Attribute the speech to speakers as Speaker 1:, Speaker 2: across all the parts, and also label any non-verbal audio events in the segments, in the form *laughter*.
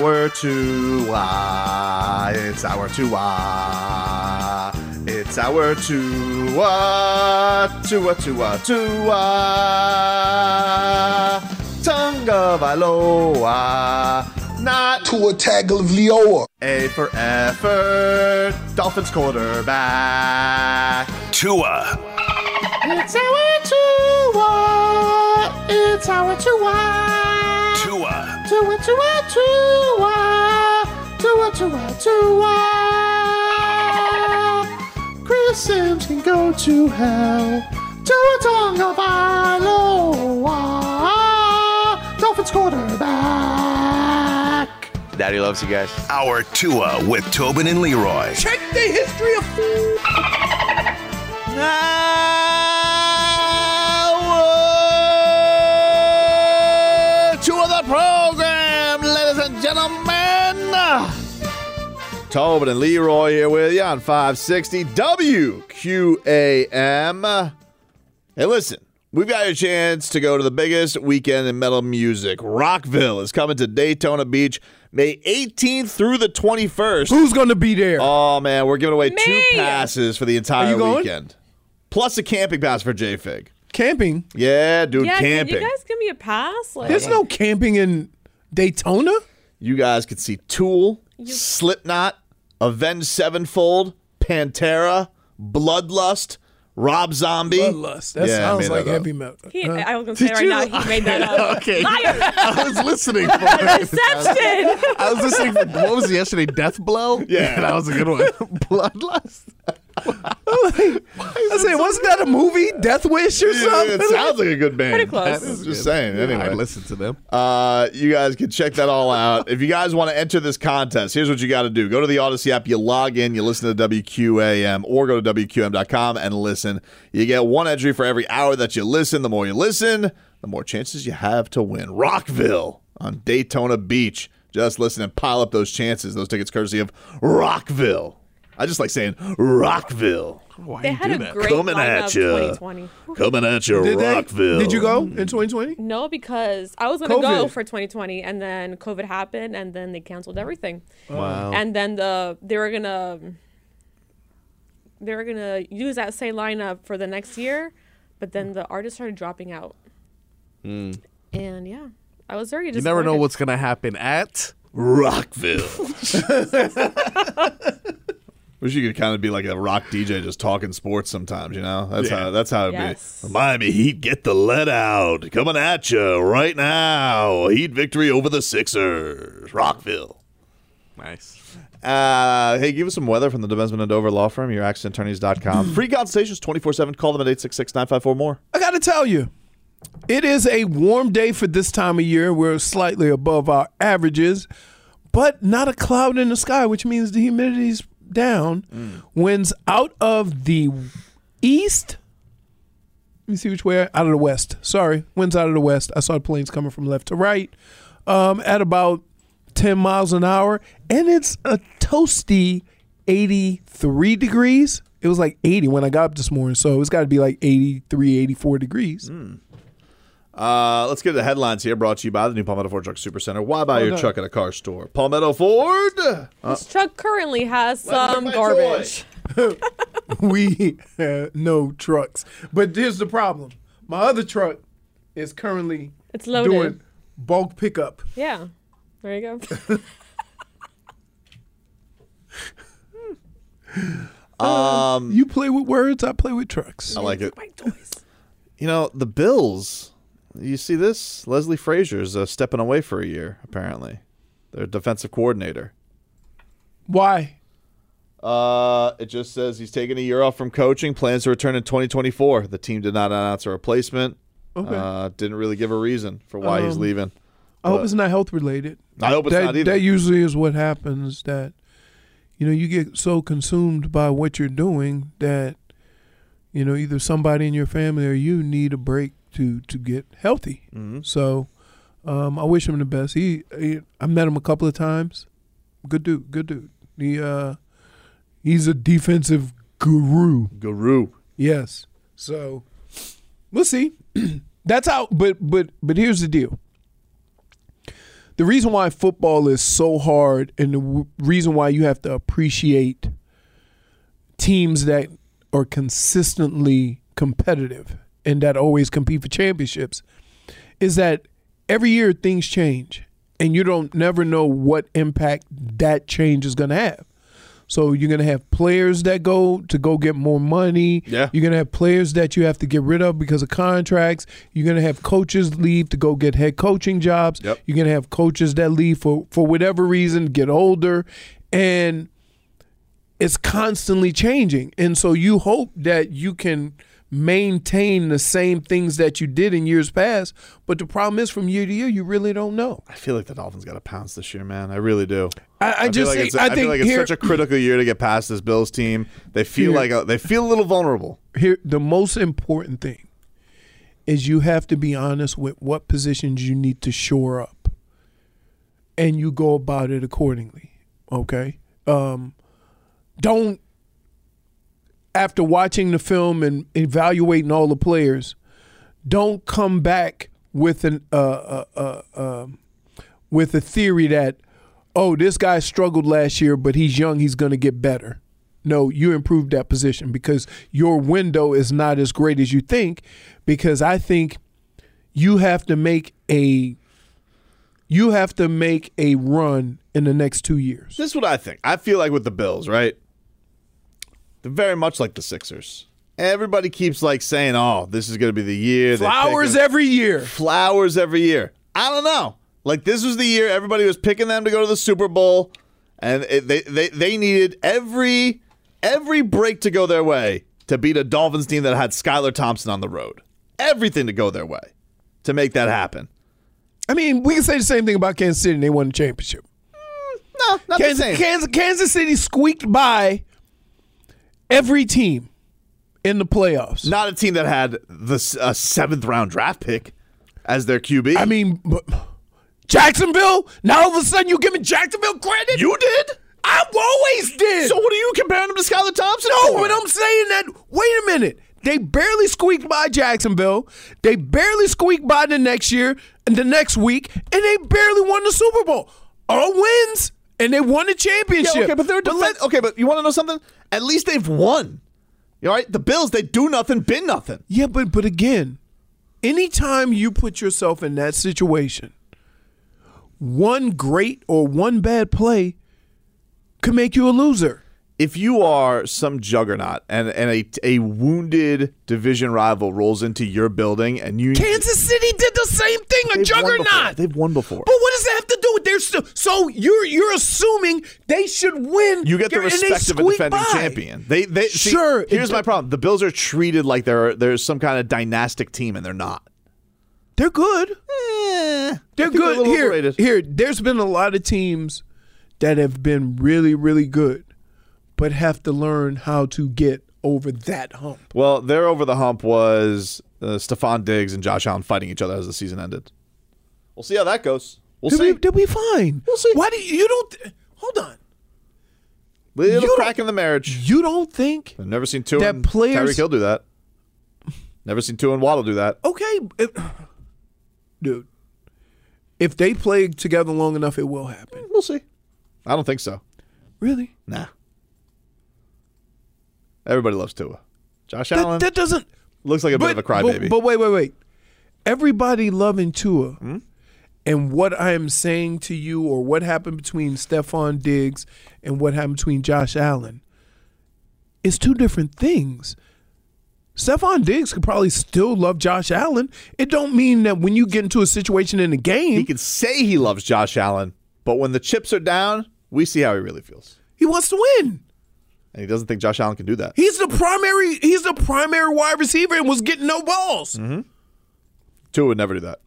Speaker 1: hour two. Why? It's hour two. Why? It's hour two. Why? Two. Why? Two. Why? Two. ah. Why? Tonga Valoa. Not
Speaker 2: to a Tagliavioa.
Speaker 1: a for effort. Dolphins quarterback.
Speaker 3: Tua.
Speaker 1: It's our Tua. It's our Tua.
Speaker 3: Tua.
Speaker 1: Tua, Tua, Tua. Tua, Tua, Tua. Chris Sims can go to hell. Tua Tonga Valoa. Dolphins quarterback.
Speaker 4: Daddy loves you guys.
Speaker 3: Our Tua with Tobin and Leroy.
Speaker 5: Check the history of food.
Speaker 1: Hour two of the program, ladies and gentlemen. Tobin and Leroy here with you on 560 WQAM. Hey, listen, we've got a chance to go to the biggest weekend in metal music. Rockville is coming to Daytona Beach May 18th through the 21st.
Speaker 5: Who's gonna be there?
Speaker 1: Oh man, we're giving away two passes for the entire
Speaker 5: Are you going?
Speaker 1: weekend, plus a camping pass for JFig.
Speaker 5: camping.
Speaker 1: Yeah, dude,
Speaker 6: Yeah,
Speaker 1: camping.
Speaker 6: can you guys give me a pass? Like,
Speaker 5: There's no camping in Daytona.
Speaker 1: could see Tool, Slipknot, Avenged Sevenfold, Pantera, Bloodlust, Rob Zombie.
Speaker 5: Bloodlust. That
Speaker 1: Yeah, I uh,
Speaker 5: sounds
Speaker 1: made
Speaker 5: like
Speaker 1: that up.
Speaker 5: heavy metal.
Speaker 6: He,
Speaker 5: Huh?
Speaker 6: I was gonna say right now he made that up.
Speaker 7: Okay.
Speaker 1: *laughs*
Speaker 6: Liar,
Speaker 7: I was listening for it.
Speaker 6: deception.
Speaker 7: I was listening for what was it yesterday? Death blow.
Speaker 1: Yeah.
Speaker 7: that was
Speaker 1: *laughs*
Speaker 7: a good one. Bloodlust.
Speaker 5: *laughs* I say, wasn't that a movie, Death Wish or
Speaker 1: Yeah,
Speaker 5: something?
Speaker 1: it sounds like a good band.
Speaker 6: Pretty close.
Speaker 1: That is Just saying. Anyway,
Speaker 7: I listened to them.
Speaker 1: Uh, you guys can check that all out. if you guys want to enter this contest, here's what you got to do. Go to the Odyssey app, you log in, you listen to WQAM, or go to WQM.com and listen. You get one entry for every hour that you listen. The more you listen, the more chances you have to win. Rockville on Daytona Beach. Just listen and pile up those chances. Those tickets courtesy of Rockville. I just like saying Rockville.
Speaker 6: They had a great
Speaker 1: Coming
Speaker 6: lineup
Speaker 1: at ya.
Speaker 6: 2020.
Speaker 1: Coming at you,
Speaker 5: Did they-
Speaker 1: Rockville. Mm-hmm.
Speaker 5: Did you go in 2020?
Speaker 6: No, because I was gonna
Speaker 5: COVID.
Speaker 6: go for 2020, and then COVID happened, and then they canceled everything. Wow. And then the they were gonna they were gonna use that same lineup for the next year, but then the artists started dropping out. And yeah, I was very.
Speaker 7: You never know what's gonna happen at.
Speaker 1: Rockville. Wish you could kind of be like a rock DJ just talking sports sometimes, you know? That's how that's how it'd
Speaker 6: Yes.
Speaker 1: be. Miami Heat get the let out. Coming at you right now. Heat victory over the Sixers. Rockville.
Speaker 7: Nice.
Speaker 1: Uh, hey, give us some weather from the Demesman and Dover Law Firm, your accidentattorneys.com. *clears throat* Free consultations 24 7. Call them at 866 954 more.
Speaker 5: I got to tell you, it is a warm day for this time of year. We're slightly above our averages, but not a cloud in the sky, which means the humidity's down.
Speaker 1: Mm.
Speaker 5: Winds out of the east. Let me see which way. Out of the west. Sorry. Winds out of the west. I saw the planes coming from left to right um, at about 10 miles an hour. And it's a toasty 83 degrees. It was like 80 when I got up this morning. So it's got to be like 83, 84 degrees.
Speaker 1: Uh, let's get to the headlines here brought to you by the new Palmetto Ford Truck Supercenter. Why buy your
Speaker 5: done.
Speaker 1: truck at a car store? Palmetto Ford.
Speaker 6: This truck currently has some
Speaker 1: my
Speaker 6: garbage.
Speaker 5: *laughs* we have no trucks. But here's the problem my other truck is currently
Speaker 6: It's loaded.
Speaker 5: doing bulk pickup.
Speaker 6: Yeah, there you go. *laughs*
Speaker 5: You play with words, I play with trucks.
Speaker 1: Um, I like it.
Speaker 6: *laughs* My toys.
Speaker 1: You know, the Bills, you see this? Leslie Frazier's uh, stepping away for a year, apparently. Their defensive coordinator.
Speaker 5: Why?
Speaker 1: Uh, it just says he's taking a year off from coaching, plans to return in 2024. The team did not announce a replacement.
Speaker 5: Okay.
Speaker 1: Uh, didn't really give a reason for why he's
Speaker 5: Um,
Speaker 1: leaving.
Speaker 5: I hope
Speaker 1: But-
Speaker 5: it's not health related.
Speaker 1: I hope it's
Speaker 5: that,
Speaker 1: not either.
Speaker 5: That usually is what happens. That you know, you get so consumed by what you're doing that you know either somebody in your family or you need a break to to get healthy.
Speaker 1: Mm-hmm.
Speaker 5: So um, I wish him the best. He, he, I met him a couple of times. Good dude. Good dude. He, uh, he's a defensive guru.
Speaker 1: Guru.
Speaker 5: Yes. So *clears throat* we'll see. That's how but but but here's the deal. the reason why football is so hard and the w- reason why you have to appreciate teams that are consistently competitive and that always compete for championships is that every year things change and you don't never know what impact that change is going to have. So you're going to have players that go to go get more money.
Speaker 1: Yeah.
Speaker 5: You're going to have players that you have to get rid of because of contracts. You're going to have coaches leave to go get head coaching jobs.
Speaker 1: Yep.
Speaker 5: You're going to have coaches that leave for for whatever reason, get older and it's constantly changing. And so you hope that you can maintain the same things that you did in years past. But the problem is from year to year, you really don't know.
Speaker 1: I feel like the Dolphins got to pounce this year, man. I really do.
Speaker 5: I- I
Speaker 1: feel
Speaker 5: just
Speaker 1: like
Speaker 5: think-
Speaker 1: it's,
Speaker 5: I think
Speaker 1: feel like it's
Speaker 5: here-
Speaker 1: such a critical year to get past this Bills team. They feel
Speaker 5: Here.
Speaker 1: like a, they feel a little vulnerable.
Speaker 5: Here, the most important thing is you have to be honest with what positions you need to shore up and you go about it accordingly. Okay? Um, don't after watching the film and evaluating all the players, don't come back with an uh, uh, uh, um with a theory that oh this guy struggled last year but he's young he's going to get better. No, you improved that position because your window is not as great as you think because I think you have to make a you have to make a run in the next 2 years.
Speaker 1: This is what I think. I feel like with the Bills, right? They're very much like the Sixers. Everybody keeps like saying, "Oh, this is going to be the year." They pick
Speaker 5: Flowers e-,
Speaker 1: them-
Speaker 5: every year.
Speaker 1: flowers every year. I don't know. Like this was the year everybody was picking them to go to the Super Bowl, and it, they, they they needed every every break to go their way to beat a Dolphins team that had Skylar Thompson on the road. Everything to go their way to make that happen.
Speaker 5: I mean, we can say the same thing about Kansas City and they won the championship.
Speaker 1: Mm, No, not the
Speaker 5: Kansas,
Speaker 1: same.
Speaker 5: Kansas, Kansas City squeaked by every team in the playoffs.
Speaker 1: not a team that had the s- a seventh round draft pick as their QB.
Speaker 5: I mean, but Jacksonville, now all of a sudden you giving Jacksonville credit?
Speaker 1: you did.
Speaker 5: I always did.
Speaker 1: *laughs* So what are you comparing them to Skylar Thompson?
Speaker 5: No,
Speaker 1: for?
Speaker 5: but I'm saying that. Wait a minute. They barely squeaked by Jacksonville. They barely squeaked by the next year and the next week, and they barely won the Super Bowl. All wins, and they won the championship.
Speaker 1: Yeah, okay, but they're a
Speaker 5: let-
Speaker 1: defen- okay, but you want to know something? At least they've won. All right, the Bills they do nothing, been nothing.
Speaker 5: Yeah, but but again, anytime you put yourself in that situation, one great or one bad play can make you a loser.
Speaker 1: If you are some juggernaut and and a, a wounded division rival rolls into your building and you
Speaker 5: Kansas City did the same thing,
Speaker 1: They've
Speaker 5: a
Speaker 1: won before.
Speaker 5: juggernaut.
Speaker 1: They've won before.
Speaker 5: But what does that have to do with their st- so you're you're assuming they should win?
Speaker 1: you get the
Speaker 5: and they
Speaker 1: respect of a
Speaker 5: squeak
Speaker 1: defending
Speaker 5: by.
Speaker 1: champion. They they see,
Speaker 5: Sure, it
Speaker 1: Here's
Speaker 5: do-
Speaker 1: my problem: the Bills are treated like they're there's some kind of dynastic team, and they're not.
Speaker 5: They're good. They're
Speaker 1: I think Eh, they're a
Speaker 5: good
Speaker 1: little
Speaker 5: here.
Speaker 1: overrated.
Speaker 5: Here, there's been a lot of teams that have been really, really good, but have to learn how to get over that hump.
Speaker 1: Well, their over the hump was uh, Stephon Diggs and Josh Allen fighting each other as the season ended. We'll see how that goes. We'll
Speaker 5: They'll
Speaker 1: see.
Speaker 5: be, they'll be fine.
Speaker 1: We'll see.
Speaker 5: Why do you, you don't? Hold on.
Speaker 1: Little
Speaker 5: You
Speaker 1: crack in the marriage.
Speaker 5: You don't think?
Speaker 1: I've never seen two
Speaker 5: That
Speaker 1: and
Speaker 5: players-
Speaker 1: Tyreek Hill do that. Never seen two and Waddle do that.
Speaker 5: Okay, it- dude. If they play together long enough, it will happen.
Speaker 1: We'll see. I don't think so.
Speaker 5: Really?
Speaker 1: Nah. Everybody loves Tua. Josh Allen
Speaker 5: That, that doesn't.
Speaker 1: looks like a bit of a crybaby.
Speaker 5: But, but wait, wait, wait. Everybody loving Tua,
Speaker 1: Hmm?
Speaker 5: and what I am saying to you, or what happened between Stephon Diggs and what happened between Josh Allen, is two different things. Stephon Diggs could probably still love Josh Allen. It don't mean that when you get into a situation in the game,
Speaker 1: he
Speaker 5: he,
Speaker 1: can say he loves Josh Allen, but when the chips are down, we see how he really feels.
Speaker 5: wants to win.
Speaker 1: And he doesn't think Josh Allen can do that.
Speaker 5: He's the primary. He's the primary wide receiver and was getting no balls.
Speaker 1: Mm-hmm. Tua would never do that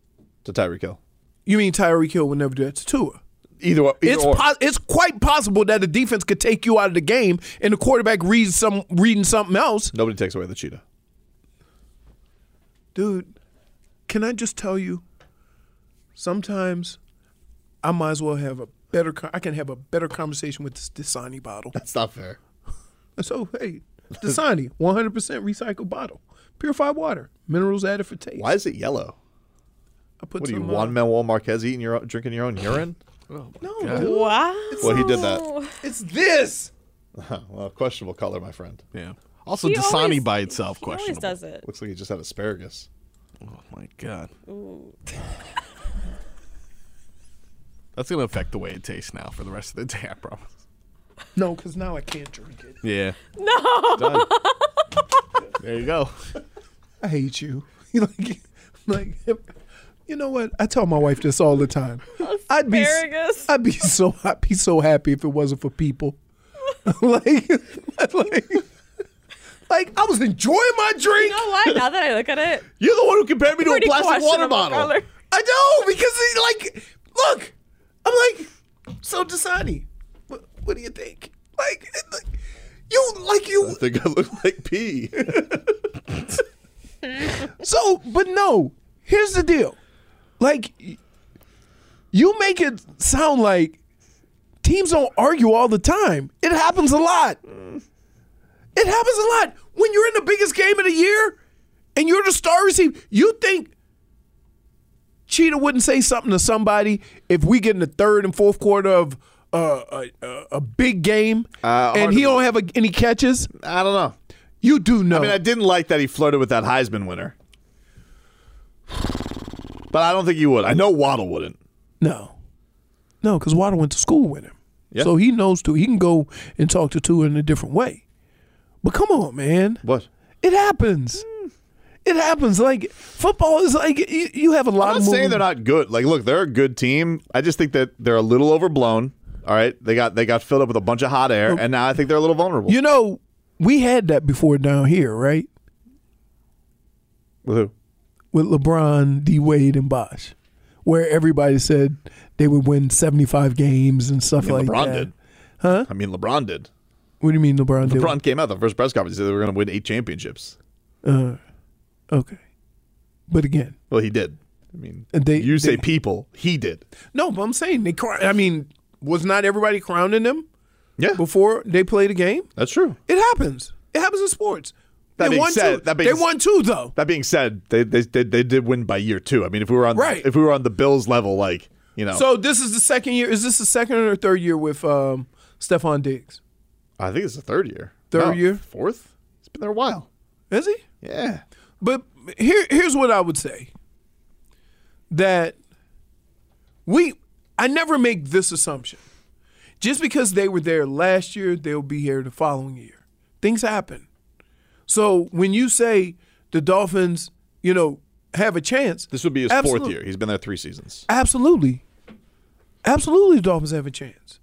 Speaker 1: to Tyreek Hill.
Speaker 5: You mean Tyreek Hill would never do that to Tua?
Speaker 1: Either, way- either
Speaker 5: it's
Speaker 1: or.
Speaker 5: po- it's quite possible that the defense could take you out of the game and the quarterback reads some reading something else.
Speaker 1: Nobody takes away the cheetah.
Speaker 5: Dude, can I just tell you sometimes I might as well have a better con- I can have a better conversation with this Dasani *laughs* bottle.
Speaker 1: That's not fair.
Speaker 5: So hey, Dasani, 100% recycled bottle. Purified water, minerals added for taste.
Speaker 1: Why is it yellow?
Speaker 5: I put
Speaker 1: What are you,
Speaker 5: some, uh,
Speaker 1: Juan Manuel Marquez eating your own- drinking your
Speaker 5: *laughs*
Speaker 1: own urine?
Speaker 5: No,
Speaker 7: God.
Speaker 5: dude.
Speaker 6: Wow.
Speaker 1: Well, he did that.
Speaker 5: It's this.
Speaker 1: Well, questionable color, my friend.
Speaker 7: Yeah. Also,
Speaker 6: He
Speaker 7: Dasani
Speaker 6: always-
Speaker 7: by itself,
Speaker 6: He always
Speaker 7: questionable.
Speaker 6: does it.
Speaker 1: Looks like he just had asparagus. *laughs*
Speaker 7: Oh my god. That's gonna affect the way it tastes now for the rest of the day. I promise.
Speaker 5: No, because now I can't drink it.
Speaker 7: Yeah.
Speaker 6: No. *laughs*
Speaker 1: Done.
Speaker 7: There you go.
Speaker 5: I hate you. *laughs* You like, like, you know what? I tell my wife this all the
Speaker 6: *laughs*
Speaker 5: time. I'd be,
Speaker 6: Asparagus.
Speaker 5: I'd be so, I'd be so happy if it wasn't for people. *laughs* like, *laughs* like, like I was enjoying my
Speaker 6: You
Speaker 5: drink.
Speaker 6: know what? Now that I look at it,
Speaker 1: You're the one who compared me to a
Speaker 6: pretty
Speaker 1: plastic water
Speaker 6: questionable
Speaker 1: bottle.
Speaker 6: color.
Speaker 5: I know because it, like, look, I'm like, so Dasani, what, what do you think? Like, it- like, you, like you.
Speaker 1: I think I look like
Speaker 5: *laughs*
Speaker 1: pee.
Speaker 5: So, but no, here's the deal. Like, y- you make it sound like teams don't argue all the time. It happens a lot. It happens a lot. When you're in the biggest game of the year and you're the star receiver, you think Cheetah wouldn't say something to somebody if we get in the third and fourth quarter of uh, a, a, a big game
Speaker 1: Uh, hard
Speaker 5: and
Speaker 1: to
Speaker 5: he don't have a, any catches?
Speaker 1: I don't know.
Speaker 5: You do know.
Speaker 1: I mean, I didn't like that he flirted with that Heisman winner. *sighs* But I don't think you would. I know Waddle wouldn't.
Speaker 5: No, no, because Water went to school with him,
Speaker 1: Yeah.
Speaker 5: so he knows too. He can go and talk to Tua in a different way. But come on, man,
Speaker 1: What?
Speaker 5: it happens.
Speaker 1: Mm.
Speaker 5: It happens. Like football is like you, you have a lot
Speaker 1: I'm
Speaker 5: of
Speaker 1: not saying
Speaker 5: moving-
Speaker 1: they're not good. Like, look, they're a good team. I just think that they're a little overblown. All right, they got they got filled up with a bunch of hot air, and now I think they're a little vulnerable.
Speaker 5: You know, we had that before down here, right?
Speaker 1: With who?
Speaker 5: With LeBron, D Wade, and Bosh, where everybody said they would win seventy-five games and stuff
Speaker 1: I mean,
Speaker 5: like
Speaker 1: LeBron
Speaker 5: that.
Speaker 1: did. Huh? I mean, LeBron did.
Speaker 5: What do you mean LeBron, did?
Speaker 1: LeBron came out the first press conference. He said they were going to win eight championships.
Speaker 5: Okay, but again,
Speaker 1: Well, he did. I mean,
Speaker 5: And they-
Speaker 1: you say
Speaker 5: they-
Speaker 1: people, he did.
Speaker 5: no. But I'm saying they. Cry, I mean, was not everybody crowning them?
Speaker 1: Yeah,
Speaker 5: before they play the game.
Speaker 1: that's true.
Speaker 5: It happens. It happens in sports.
Speaker 1: That
Speaker 5: they
Speaker 1: being
Speaker 5: won
Speaker 1: said-
Speaker 5: two.
Speaker 1: that being
Speaker 5: they
Speaker 1: s-
Speaker 5: won two though.
Speaker 1: That being said, they they, they they did win by year two. I mean, if we were on
Speaker 5: Right.
Speaker 1: if we were on the Bills level, like you know,
Speaker 5: So this is the second year. Is this the second or third year with um, Stefan Diggs?
Speaker 1: I think it's the third year,
Speaker 5: Third year?
Speaker 1: fourth. It's been there a while.
Speaker 5: Is he?
Speaker 1: Yeah,
Speaker 5: But here, here's what I would say. That we, I never make this assumption. Just because they were there last year, they'll be here the following year. Things happen. So when you say the Dolphins, you know, have a chance,
Speaker 1: this would be his
Speaker 5: Absolutely.
Speaker 1: fourth year. He's been there three seasons.
Speaker 5: Absolutely. Absolutely, the Dolphins have a chance.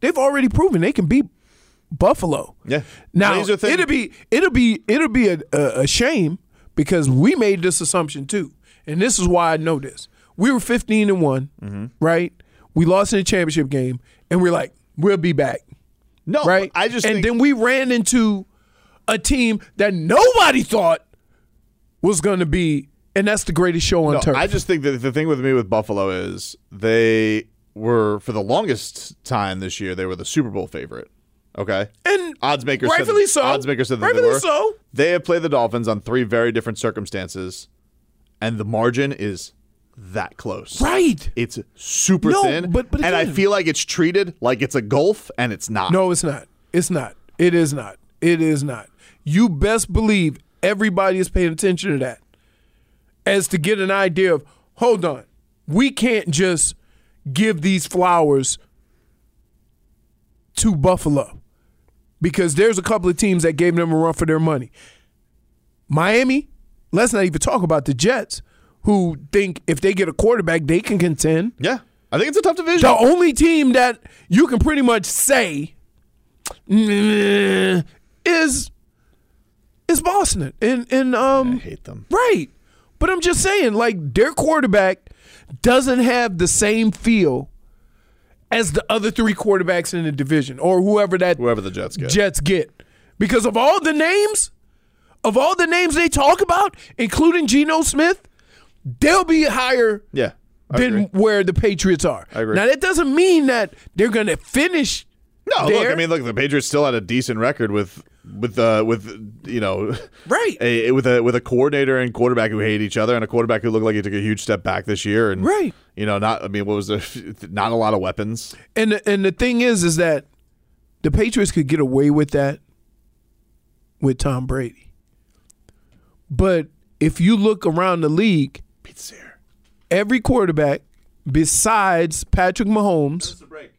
Speaker 5: They've already proven they can beat Buffalo.
Speaker 1: Yeah.
Speaker 5: Now
Speaker 1: These are things-
Speaker 5: it'll be it'll be it'll be a, a, a shame because we made this assumption too, and this is why I know this. We were fifteen and one,
Speaker 1: Mm-hmm.
Speaker 5: right? We lost in the championship game, and we're like, we'll be back,
Speaker 1: No,
Speaker 5: right?
Speaker 1: Oh, I just
Speaker 5: and
Speaker 1: think,
Speaker 5: then we ran into a team that nobody thought was going to be, and that's the greatest show on
Speaker 1: No,
Speaker 5: turf.
Speaker 1: Oh, I just think that the thing with me with Buffalo is they were for the longest time this year they were the Super Bowl favorite. Okay,
Speaker 5: and
Speaker 1: odds makers
Speaker 5: rightfully
Speaker 1: said,
Speaker 5: so.
Speaker 1: Odds makers said that
Speaker 5: Rightfully
Speaker 1: they were.
Speaker 5: so.
Speaker 1: They have played the Dolphins on three very different circumstances, and the margin is that close.
Speaker 5: right.
Speaker 1: It's super
Speaker 5: No,
Speaker 1: thin,
Speaker 5: but- but
Speaker 1: and I
Speaker 5: again-
Speaker 1: feel like it's treated like it's a golf, and it's not.
Speaker 5: No, it's not. It's not. It is not. It is not. You best believe everybody is paying attention to that as to get an idea of hold on, we can't just give these flowers to Buffalo because there's a couple of teams that gave them a run for their money. Miami, let's not even talk about the Jets, who think if they get a quarterback, they can contend
Speaker 1: yeah, I think it's a tough division.
Speaker 5: the only team that you can pretty much say "Nah," is is Boston in in um
Speaker 1: I hate them.
Speaker 5: right. But I'm just saying, like their quarterback doesn't have the same feel as the other three quarterbacks in the division or whoever that
Speaker 1: Whoever the Jets get,
Speaker 5: Jets get because of all the names, of all the names they talk about, including Geno Smith, they'll be higher
Speaker 1: yeah, I
Speaker 5: than
Speaker 1: agree.
Speaker 5: where the Patriots are.
Speaker 1: I agree.
Speaker 5: Now that doesn't mean that they're going to finish.
Speaker 1: No,
Speaker 5: there.
Speaker 1: look, I mean, look, the Patriots still had a decent record with with uh with you know
Speaker 5: Right.
Speaker 1: *laughs* a, with a with a coordinator and quarterback who hate each other and a quarterback who looked like he took a huge step back this year and
Speaker 5: Right.
Speaker 1: you know not I mean what was the *laughs* not a lot of weapons
Speaker 5: And the, and the thing is, is that the Patriots could get away with that with Tom Brady. But if you look around the league,
Speaker 1: Pete Sear
Speaker 5: every quarterback besides Patrick Mahomes.
Speaker 1: a break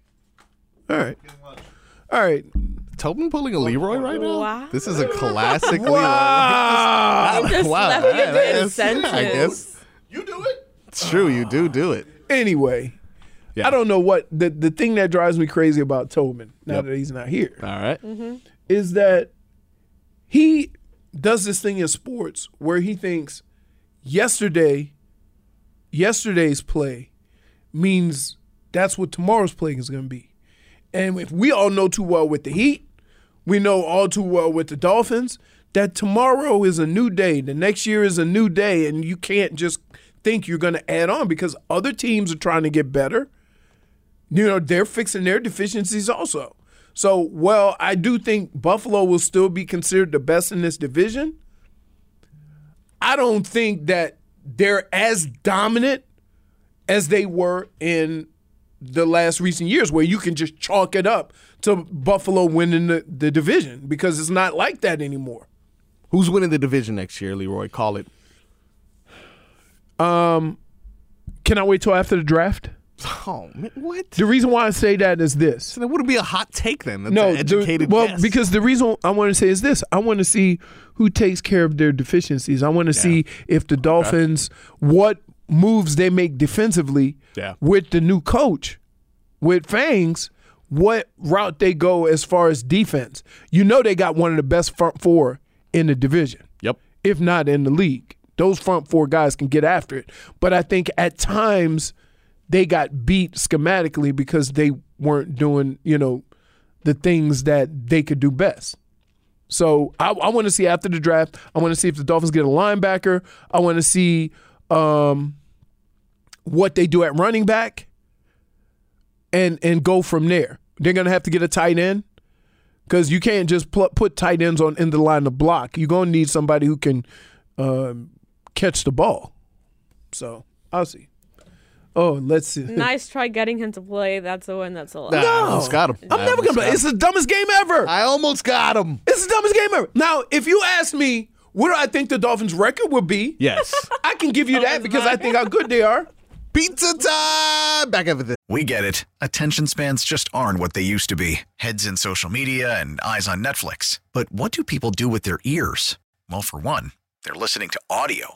Speaker 5: All right. All right.
Speaker 7: Tobin pulling a Leroy right now?
Speaker 6: Wow.
Speaker 7: This is a classic
Speaker 5: Wow.
Speaker 7: Leroy.
Speaker 6: Just left you
Speaker 7: yeah,
Speaker 6: dead
Speaker 7: I guess-
Speaker 6: sentence.
Speaker 7: I guess.
Speaker 1: you do it
Speaker 7: It's true. You do do it.
Speaker 5: Anyway,
Speaker 7: Yeah.
Speaker 5: I don't know what the the thing that drives me crazy about Tobin now
Speaker 7: Yep.
Speaker 5: that he's not here is
Speaker 7: All right.
Speaker 5: that he does this thing in sports where he thinks yesterday yesterday's play means that's what tomorrow's play is going to be. And if we all know too well with the Heat, we know all too well with the Dolphins that tomorrow is a new day, the next year is a new day, and you can't just think you're going to add on because other teams are trying to get better. You know, they're fixing their deficiencies also. So, well, I do think Buffalo will still be considered the best in this division. I don't think that they're as dominant as they were in the last recent years, where you can just chalk it up to Buffalo winning the, the division because it's not like that anymore.
Speaker 7: Who's winning the division next year, Leroy? Call it.
Speaker 5: Can I wait till after the draft?
Speaker 7: Oh, man, what?
Speaker 5: The reason why I say that is this.
Speaker 7: So that wouldn't be a hot take then. That's
Speaker 5: no,
Speaker 7: an
Speaker 5: the-
Speaker 7: educated
Speaker 5: well,
Speaker 7: guess.
Speaker 5: because the reason I want to say is this: I want to see who takes care of their deficiencies. I want to see if the Dolphins what moves they make defensively
Speaker 7: Yeah.
Speaker 5: with the new coach, with Fangs, what route they go as far as defense. You know, they got one of the best front four in the division
Speaker 7: Yep.
Speaker 5: if not in the league. Those front four guys can get after it. But I think at times they got beat schematically because they weren't doing, you know, the things that they could do best. So I, I want to see after the draft. I want to see if the Dolphins get a linebacker. I want to see um, what they do at running back, and and go from there. They're gonna have to get a tight end because you can't just pl- put tight ends on in the line of block. You're gonna need somebody who can um, catch the ball. So I'll see. Oh, let's see.
Speaker 6: Nice try getting him to play. That's the one that's a lot.
Speaker 7: Nah, I almost got him.
Speaker 5: I'm
Speaker 7: I
Speaker 5: never gonna
Speaker 7: almost
Speaker 5: play.
Speaker 7: got
Speaker 5: It's
Speaker 7: him.
Speaker 5: the dumbest game ever.
Speaker 7: I almost got him.
Speaker 5: It's the dumbest game ever. Now, if you ask me, what do I think the Dolphins' record would be?
Speaker 7: Yes.
Speaker 5: I can give you that because I think how good they are.
Speaker 7: Pizza time. Back after this.
Speaker 3: We get it. Attention spans just aren't what they used to be heads in social media and eyes on Netflix. But what do people do with their ears? Well, for one, they're listening to audio.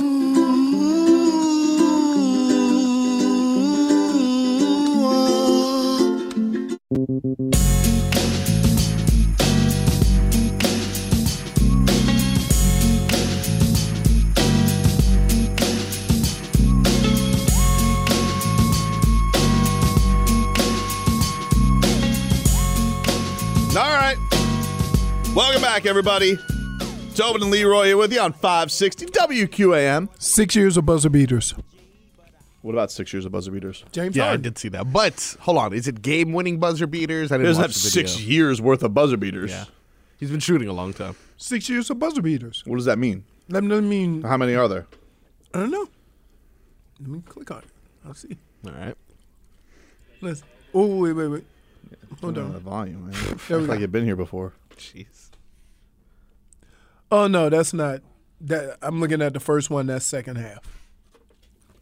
Speaker 1: all right welcome back everybody Tobin and Leroy here with you on 560 WQAM
Speaker 5: Six years of buzzer beaters.
Speaker 1: what about six years of buzzer beaters
Speaker 5: James
Speaker 7: Yeah, I
Speaker 5: Harden.
Speaker 7: did see that. But hold on, is it game-winning buzzer beaters? I
Speaker 1: he
Speaker 7: didn't
Speaker 1: doesn't
Speaker 7: watch
Speaker 1: have
Speaker 7: the
Speaker 1: six
Speaker 7: video.
Speaker 1: years worth of buzzer beaters
Speaker 7: Yeah, he's been shooting a long time.
Speaker 5: Six years of buzzer beaters.
Speaker 1: what does that mean
Speaker 5: That doesn't mean
Speaker 1: how many are there
Speaker 5: I don't know. Let me click on it. I'll see.
Speaker 7: All right.
Speaker 5: Let's. Oh wait wait wait. Hold
Speaker 1: Oh,
Speaker 5: on.
Speaker 1: the volume man.
Speaker 5: There we
Speaker 1: Act like
Speaker 5: go.
Speaker 1: you've been here before
Speaker 7: Jeez.
Speaker 5: Oh no, that's not. That I'm looking at the first one. That's second half.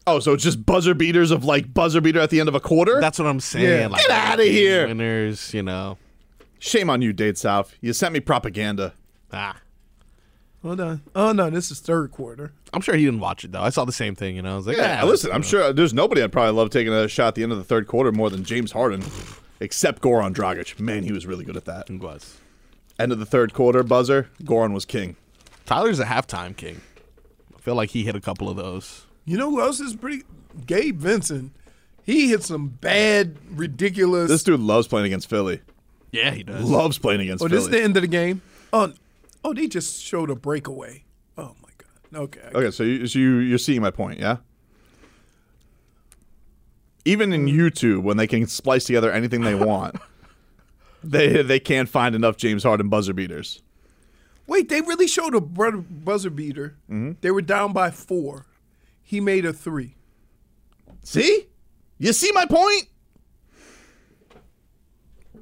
Speaker 1: oh so it's just buzzer beaters of like buzzer beater at the end of a quarter
Speaker 7: That's what I'm saying.
Speaker 5: Yeah.
Speaker 7: Like,
Speaker 1: Get outta here.
Speaker 7: winners. You know.
Speaker 1: Shame on you, Dade South. You sent me propaganda.
Speaker 7: Ah,
Speaker 5: Hold on. Oh no, this is third quarter.
Speaker 7: I'm sure he didn't watch it though. I saw the same thing. You know, I was like,
Speaker 1: Yeah,
Speaker 7: ah,
Speaker 1: listen, I'm sure there's nobody I'd probably love taking a shot at the end of the third quarter more than James Harden, except Goran Dragic. Man, he was really good at that.
Speaker 7: it was.
Speaker 1: End of the third quarter buzzer, Goran was king.
Speaker 7: Tyler's a halftime king. I feel like he hit a couple of those.
Speaker 5: You know who else is pretty? Gabe Vincent. He hit some bad, ridiculous.
Speaker 1: This dude loves playing against Philly.
Speaker 7: Yeah, he does.
Speaker 1: Loves playing against
Speaker 5: oh,
Speaker 1: Philly.
Speaker 5: this is the end of the game. Oh, oh, they just showed a breakaway. Oh my god. Okay. I-
Speaker 1: Okay, so, you, so you, you're seeing my point, yeah? Even in YouTube, when they can splice together anything they want, *laughs* they they can't find enough James Harden buzzer beaters.
Speaker 5: Wait, they really showed a br- buzzer beater.
Speaker 1: Mm-hmm.
Speaker 5: They were down by four. He made a three.
Speaker 1: See? You see my point?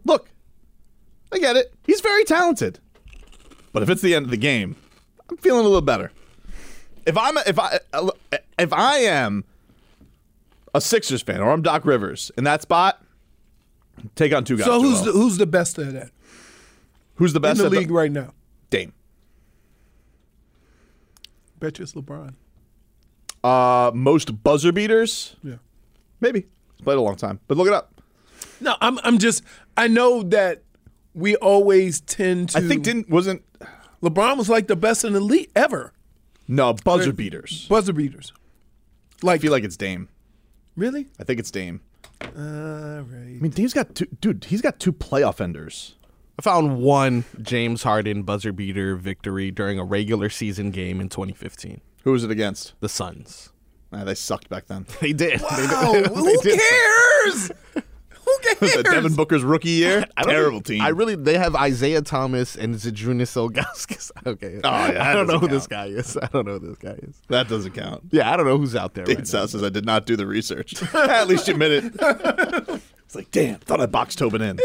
Speaker 1: Look, I get it. He's very talented. But if it's the end of the game, I'm feeling a little better. If I'm if I if I am a Sixers fan or I'm Doc Rivers in that spot, take on two guys.
Speaker 5: so who's
Speaker 1: Joel.
Speaker 5: the, who's the best at that
Speaker 1: Who's the
Speaker 5: in
Speaker 1: best
Speaker 5: the
Speaker 1: at
Speaker 5: league right now?
Speaker 1: Dame.
Speaker 5: Bet you it's LeBron.
Speaker 1: Uh, most buzzer beaters,
Speaker 5: Yeah.
Speaker 1: maybe. He's Played a long time, but look it up.
Speaker 5: No, I'm I'm just I know that we always tend to.
Speaker 1: I think didn't wasn't
Speaker 5: LeBron was like the best in the league ever.
Speaker 1: no buzzer beaters.
Speaker 5: Buzzer beaters.
Speaker 1: I
Speaker 5: Like
Speaker 1: feel like it's Dame.
Speaker 5: really?
Speaker 1: I think it's Dame.
Speaker 5: All right.
Speaker 1: I mean, Dame's got two, dude. He's got two playoff enders.
Speaker 7: I found one James Harden buzzer beater victory during a regular season game in 2015.
Speaker 1: Who was it against?
Speaker 7: The Suns.
Speaker 1: Nah, they sucked back then.
Speaker 7: They did. They did.
Speaker 5: Oh, who
Speaker 1: did.
Speaker 5: cares? Who
Speaker 1: *laughs* the
Speaker 5: cares?
Speaker 1: Devin Booker's rookie *laughs* year.
Speaker 7: I don't
Speaker 1: Terrible
Speaker 7: think-
Speaker 1: team.
Speaker 7: I really. They have Isaiah Thomas and Zydrunas Ilgauskas. *laughs* Okay.
Speaker 1: Oh, yeah, that
Speaker 7: I don't know
Speaker 1: doesn't
Speaker 7: who this
Speaker 1: count.
Speaker 7: guy is. I don't know who this guy is.
Speaker 1: that doesn't count.
Speaker 7: Yeah, I don't know who's out there.
Speaker 1: Dane
Speaker 7: Right now.
Speaker 1: South says *laughs* I did not do the *laughs* research. At least you admit *laughs* it. it's like, damn, thought I boxed Tobin *laughs* in.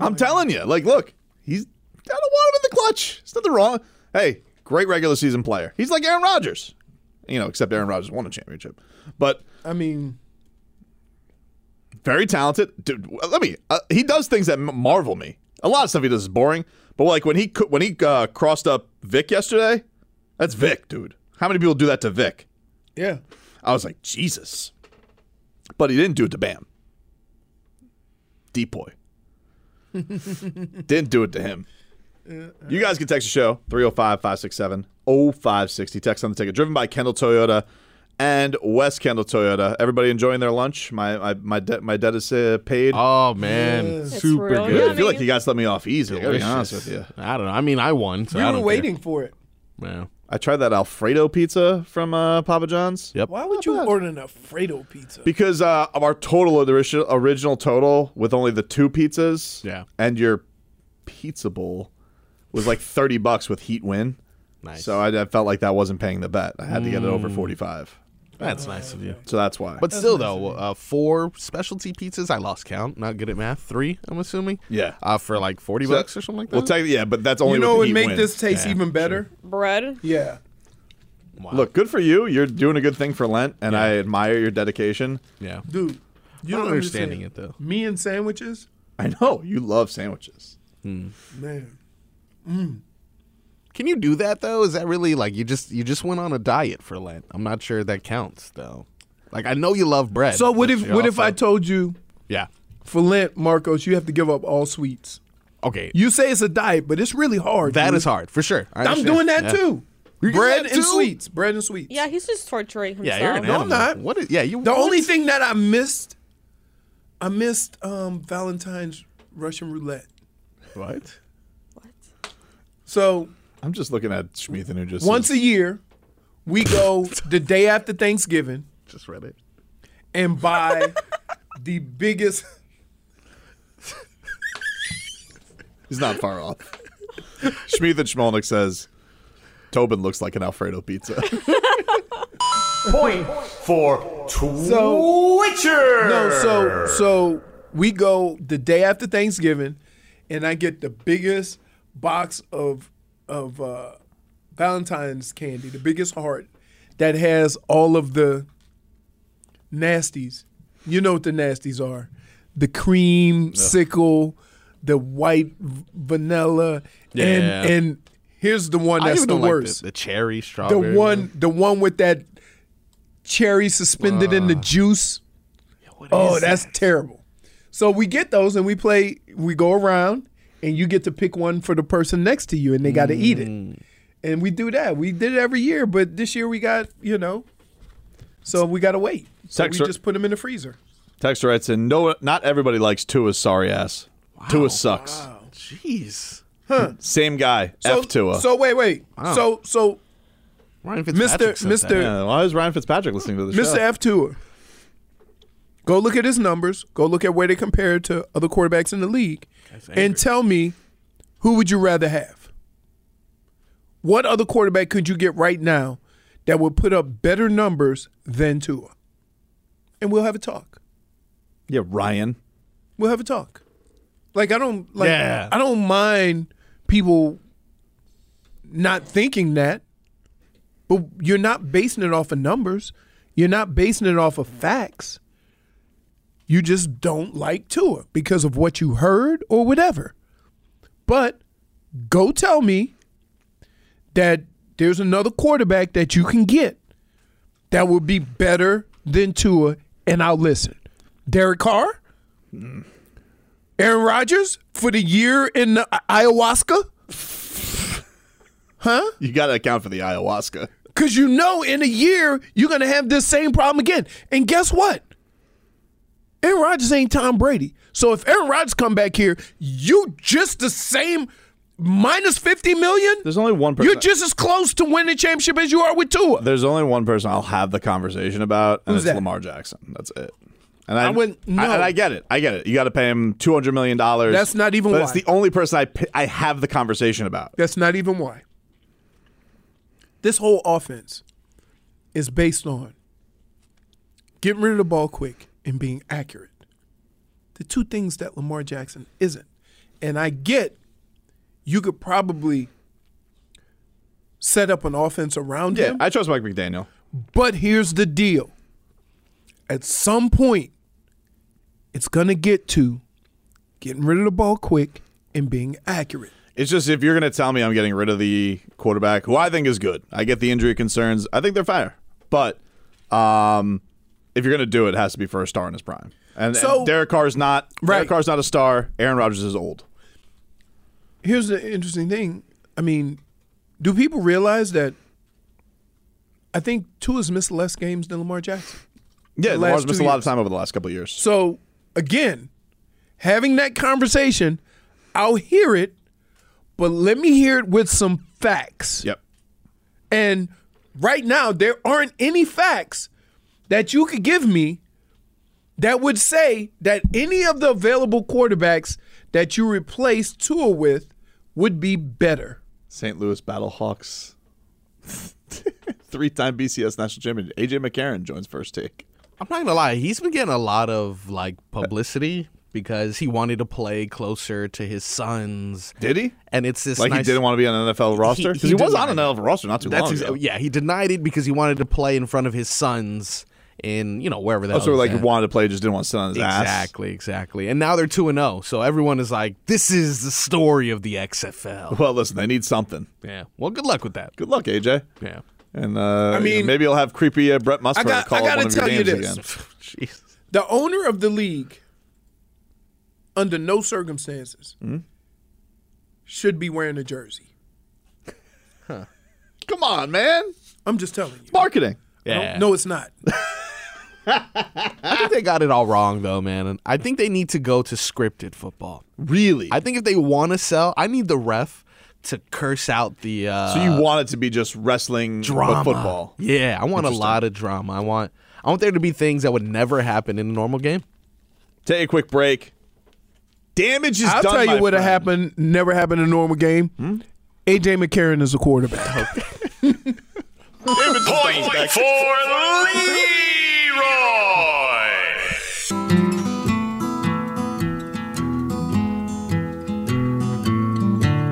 Speaker 1: I'm telling you, like, look, he's I don't want him in the clutch. There's nothing wrong. Hey, great regular season player. He's like Aaron Rodgers. You know, except Aaron Rodgers won a championship. But
Speaker 5: I mean,
Speaker 1: very talented. Dude, let me. Uh, he does things that m- marvel me. A lot of stuff he does is boring, but like when he co- when he uh, crossed up Vic yesterday, that's Vic, dude. How many people do that to Vic?
Speaker 5: yeah.
Speaker 1: I was like, Jesus. But he didn't do it to Bam. Deep
Speaker 7: *laughs*
Speaker 1: boy. didn't do it to him. You guys can text the show 305 567 0560. Text oh. on the ticket. Driven by Kendall Toyota and West Kendall Toyota. Everybody enjoying their lunch? My my my, debt my debt is uh, paid.
Speaker 7: Oh man,
Speaker 6: It's
Speaker 7: super
Speaker 6: real
Speaker 1: I
Speaker 7: good.
Speaker 6: yummy.
Speaker 1: feel like you guys let me off easy. I gotta be honest with you.
Speaker 7: I don't know. I mean, I won. So
Speaker 5: You
Speaker 7: I
Speaker 5: were
Speaker 7: don't
Speaker 5: waiting for it.
Speaker 7: Care. Yeah.
Speaker 1: I tried that Alfredo pizza from uh, Papa John's.
Speaker 7: Yep.
Speaker 5: Why would you order an Alfredo pizza?
Speaker 1: Because uh, of our total of the orig- original total with only the two pizzas,
Speaker 7: Yeah.
Speaker 1: and your pizza bowl was like thirty bucks with heat win.
Speaker 7: Nice. Mm.
Speaker 1: So I, I felt like that wasn't paying the bet. I had to get it over forty five.
Speaker 7: That's nice of you.
Speaker 1: So uh, that's why.
Speaker 7: But still, though, uh, four specialty pizzas. I lost count. Not good at math. Three, I'm assuming.
Speaker 1: Yeah.
Speaker 7: Uh, for like forty
Speaker 1: So-
Speaker 7: bucks or something like that.
Speaker 1: well, technically, yeah, but that's only
Speaker 5: you
Speaker 1: with
Speaker 5: know what
Speaker 1: the
Speaker 5: would
Speaker 1: heat
Speaker 5: make
Speaker 1: win.
Speaker 5: this taste even better?
Speaker 6: Bread.
Speaker 5: Yeah.
Speaker 7: Wow.
Speaker 1: Look, good for you. You're doing a good thing for Lent, and I admire your dedication.
Speaker 7: Yeah.
Speaker 5: Dude, you
Speaker 7: I'm
Speaker 5: don't
Speaker 7: understanding
Speaker 5: understand.
Speaker 7: it, though.
Speaker 5: Me and sandwiches?
Speaker 1: I know you love sandwiches.
Speaker 5: Man.
Speaker 7: Can you do that though? Is that really like you just you just went on a diet for Lent? I'm not sure that counts though. Like I know you love bread.
Speaker 5: So what
Speaker 7: but
Speaker 5: if
Speaker 7: you're
Speaker 5: what if
Speaker 7: also-
Speaker 5: I told you
Speaker 7: Yeah.
Speaker 5: for Lent, Marcos, you have to give up all sweets?
Speaker 7: Okay.
Speaker 5: You say it's a diet, but it's really hard.
Speaker 7: that
Speaker 5: dude.
Speaker 7: is hard for sure. I
Speaker 5: I'm
Speaker 7: understand.
Speaker 5: doing that
Speaker 7: Yeah.
Speaker 5: too.
Speaker 7: You're doing
Speaker 5: Bread
Speaker 7: that
Speaker 5: and
Speaker 7: too?
Speaker 5: sweets. Bread and sweets.
Speaker 6: Yeah, he's just torturing himself.
Speaker 7: Yeah, you're an
Speaker 5: No, I'm
Speaker 7: animal.
Speaker 5: not.
Speaker 7: What is? Yeah, you.
Speaker 5: The
Speaker 7: what?
Speaker 5: only thing that I missed, I missed um, Valentine's Russian roulette.
Speaker 7: What?
Speaker 5: So
Speaker 1: I'm just looking at Schmeathen who just
Speaker 5: once
Speaker 1: says-
Speaker 5: a year, we go the day after Thanksgiving
Speaker 7: Just read it.
Speaker 5: and buy *laughs* the biggest.
Speaker 1: He's not far off. *laughs* Schmeath and Schmolnick says, Tobin looks like an Alfredo pizza.
Speaker 5: So Witcher. No, so so we go the day after Thanksgiving, and I get the biggest box of of uh, Valentine's candy, the biggest heart that has all of the nasties. You know what the nasties are: the cream sickle, the white v- vanilla,
Speaker 7: Yeah.
Speaker 5: and and here's the one
Speaker 7: I
Speaker 5: that's
Speaker 7: even
Speaker 5: the
Speaker 7: don't like
Speaker 5: worst
Speaker 7: the, cherry
Speaker 5: the
Speaker 7: strawberry.
Speaker 5: one the one with that cherry suspended in the juice. Oh, that's terrible. So we get those and we play we go around and you get to pick one for the person next to you and they got to eat it. and we do that. We did it every year, but this year we got you know, so we got to wait. So
Speaker 1: Sex
Speaker 5: we
Speaker 1: or-
Speaker 5: just put them in the freezer.
Speaker 1: *laughs* Texter writes in, no, not everybody likes Tua's sorry ass. Tua sucks.
Speaker 7: Oh, Jeez.
Speaker 1: Same guy,
Speaker 5: So,
Speaker 1: F Tua.
Speaker 5: So wait, wait. So so
Speaker 7: Ryan
Speaker 5: Mister
Speaker 7: Fitzpatrick said that.
Speaker 5: Mister
Speaker 1: yeah, why is Ryan Fitzpatrick listening to the
Speaker 5: Mr.
Speaker 1: show?
Speaker 5: F Tour. Go look at his numbers. Go look at where they compare to other quarterbacks in the league, and tell me who would you rather have? What other quarterback could you get right now that would put up better numbers than Tua? And we'll have a talk.
Speaker 1: yeah, Ryan.
Speaker 5: We'll have a talk. Like I don't like
Speaker 7: Yeah.
Speaker 5: I don't mind people not thinking that, but you're not basing it off of numbers. You're not basing it off of facts. You just don't like Tua because of what you heard or whatever. But go tell me that there's another quarterback that you can get that would be better than Tua, and I'll listen. Derek Carr? Aaron Rodgers for the year in the i- ayahuasca? Huh?
Speaker 1: You got to account for the ayahuasca.
Speaker 5: Because you know in a year you're going to have this same problem again. And guess what? Aaron Rodgers ain't Tom Brady. So if Aaron Rodgers come back here, you just the same minus 50 million?
Speaker 1: There's only one person.
Speaker 5: You're just as close to winning the championship as you are with Tua.
Speaker 1: There's only one person I'll have the conversation about, and
Speaker 5: Who's
Speaker 1: it's
Speaker 5: that?
Speaker 1: Lamar Jackson. That's it. And I,
Speaker 5: I wouldn't-
Speaker 1: I- and
Speaker 5: no.
Speaker 1: I get it. I get it. You got to pay him two hundred million dollars.
Speaker 5: That's not even
Speaker 1: But it's
Speaker 5: why.
Speaker 1: the only person I pi- I have the conversation about.
Speaker 5: That's not even why. This whole offense is based on getting rid of the ball quick and being accurate. The two things that Lamar Jackson isn't. And I get you could probably set up an offense around
Speaker 1: Yeah,
Speaker 5: him.
Speaker 1: I trust Mike McDaniel.
Speaker 5: But here's the deal. At some point, it's going to get to getting rid of the ball quick and being accurate.
Speaker 1: It's just if you're going to tell me I'm getting rid of the quarterback, who I think is good, I get the injury concerns. I think they're fair, but um, if you're going to do it, it has to be for a star in his prime. And,
Speaker 5: So-
Speaker 1: and Derek Carr's not. Derek
Speaker 5: Right.
Speaker 1: Carr's not a star. Aaron Rodgers is old.
Speaker 5: here's the interesting thing. I mean, do people realize that? I think Tua's missed less games than Lamar Jackson.
Speaker 1: Yeah,
Speaker 5: The
Speaker 1: Lamar's
Speaker 5: last
Speaker 1: missed
Speaker 5: two
Speaker 1: a lot of
Speaker 5: years.
Speaker 1: time over the last couple of years.
Speaker 5: So again, having that conversation, I'll hear it, but let me hear it with some facts.
Speaker 1: Yep.
Speaker 5: And right now, there aren't any facts that you could give me that would say that any of the available quarterbacks that you replace Tua with would be better.
Speaker 1: St. Louis Battlehawks. *laughs* Three time BCS national champion. AJ McCarron joins first take.
Speaker 7: I'm not gonna lie, he's been getting a lot of like publicity because he wanted to play closer to his sons.
Speaker 1: Did he?
Speaker 7: And it's this
Speaker 1: Like he
Speaker 7: nice-
Speaker 1: didn't want to be on an NFL roster? Because he, was on an
Speaker 7: denied
Speaker 1: NFL roster not too
Speaker 7: That's
Speaker 1: long
Speaker 7: exa-
Speaker 1: ago.
Speaker 7: yeah, he denied it because he wanted to play in front of his sons in you know wherever that.
Speaker 1: Also, Oh, like he
Speaker 7: at.
Speaker 1: wanted to play, just didn't want to sit on his ass.
Speaker 7: exactly, exactly. And now they're two and zero, so everyone is like, "This is the story of the
Speaker 1: *laughs*
Speaker 7: XFL."
Speaker 1: Well, listen, they need something.
Speaker 7: yeah. Well, good luck with that.
Speaker 1: Good luck, AJ.
Speaker 7: Yeah. *laughs*
Speaker 1: And uh, I mean,
Speaker 5: mean-
Speaker 1: maybe you'll have creepy uh, Brett Musburger
Speaker 5: I got-
Speaker 1: call
Speaker 5: I
Speaker 1: up
Speaker 5: gotta
Speaker 1: one of your
Speaker 5: tell you
Speaker 1: games
Speaker 5: this.
Speaker 1: again.
Speaker 7: Jeez.
Speaker 1: *laughs*
Speaker 5: the owner of the league, under no circumstances,
Speaker 1: Hmm?
Speaker 5: should be wearing a jersey.
Speaker 1: Come on, man.
Speaker 5: I'm just telling you.
Speaker 1: Marketing.
Speaker 5: No-
Speaker 7: Yeah.
Speaker 5: No,
Speaker 1: *laughs*
Speaker 5: it's not.
Speaker 7: I think they got it all wrong though, man. And I think they need to go to scripted football.
Speaker 1: Really?
Speaker 7: I think if they want to sell, I need the ref to curse out the uh,
Speaker 1: so you want it to be just wrestling
Speaker 7: drama.
Speaker 1: with football.
Speaker 7: Yeah, I want a lot of drama. I want I want there to be things that would never happen in a normal game.
Speaker 1: Take a quick break. Damage is
Speaker 5: I'll
Speaker 1: done.
Speaker 5: tell you
Speaker 1: my
Speaker 5: what
Speaker 1: friend. Hmm?
Speaker 5: happened. Never happened in a normal game. AJ McCarron is a quarterback.
Speaker 1: *laughs*
Speaker 2: Point for Leroy.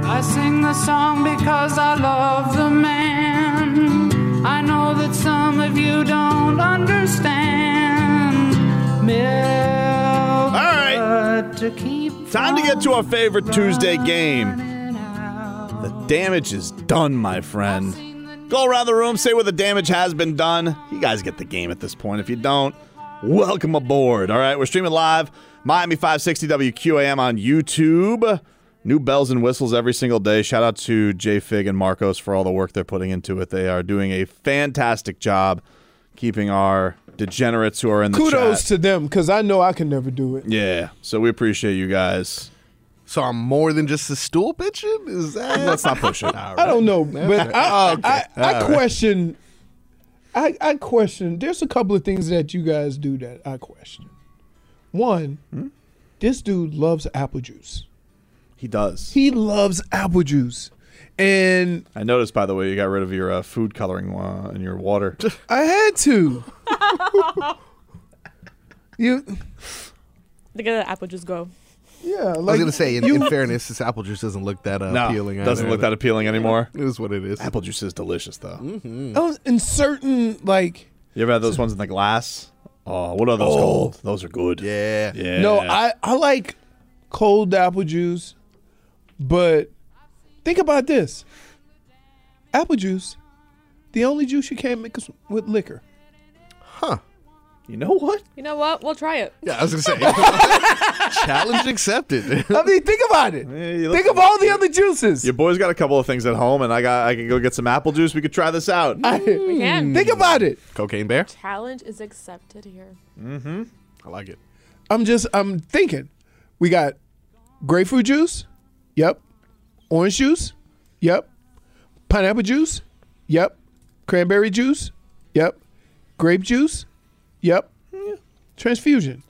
Speaker 4: I sing the song because I love the man. I know that some of you don't understand.
Speaker 1: All
Speaker 4: Milk
Speaker 1: right.
Speaker 4: to keep
Speaker 1: Time to get to our favorite Tuesday game.
Speaker 4: running out.
Speaker 1: The damage is done, my friend. Go around the room, say where the damage has been done. You guys get the game at this point. If you don't, welcome aboard. All right, we're streaming live, Miami 560 WQAM on YouTube. New bells and whistles every single day. Shout out to Jay Fig and Marcos for all the work they're putting into it. They are doing a fantastic job keeping our degenerates who are in the
Speaker 5: Kudos
Speaker 1: chat.
Speaker 5: to them because I know I can never do it.
Speaker 1: yeah, so we appreciate you guys.
Speaker 7: So I'm more than just a stool pigeon? Is that? Let's not push
Speaker 5: *laughs*
Speaker 7: it.
Speaker 5: I don't know, but I,
Speaker 1: Oh,
Speaker 5: I, I, question. I, I question. There's a couple of things that you guys do that I question. One,
Speaker 1: Hmm?
Speaker 5: this dude loves apple juice.
Speaker 1: He does.
Speaker 5: He loves apple juice, and
Speaker 1: I noticed, by the way, you got rid of your uh, food coloring uh, in your
Speaker 5: *laughs*
Speaker 1: water.
Speaker 5: I had to. you,
Speaker 6: Look at the apple just go.
Speaker 5: yeah,
Speaker 7: I was
Speaker 5: like
Speaker 7: gonna say, in, in fairness, this apple juice doesn't look that uh,
Speaker 1: no,
Speaker 7: appealing.
Speaker 1: doesn't
Speaker 7: either.
Speaker 1: look that appealing anymore.
Speaker 7: It is what it is.
Speaker 1: Apple juice is delicious, though.
Speaker 5: oh, in certain like.
Speaker 1: You ever had those ones in the glass? Oh, what are those called? Those are good.
Speaker 7: Yeah.
Speaker 1: Yeah.
Speaker 5: No, I, I like cold apple juice, but think about this. Apple juice, the only juice you can't mix with liquor.
Speaker 1: You know what?
Speaker 6: You know what? We'll try it.
Speaker 7: Yeah, I was gonna say. *laughs* Challenge accepted.
Speaker 5: I mean, think about it.
Speaker 1: you look-
Speaker 5: think of all the other juices.
Speaker 1: Your boy's got a couple of things at home, and I got I can go get some apple juice. We could try this out.
Speaker 6: We can.
Speaker 5: think about it.
Speaker 7: *laughs* Cocaine bear.
Speaker 6: Challenge is accepted here.
Speaker 7: I like it.
Speaker 5: I'm just I'm thinking. We got grapefruit juice. Yep. Orange juice. Yep. Pineapple juice. Yep. Cranberry juice. Yep. Grape juice. Yep. Transfusion.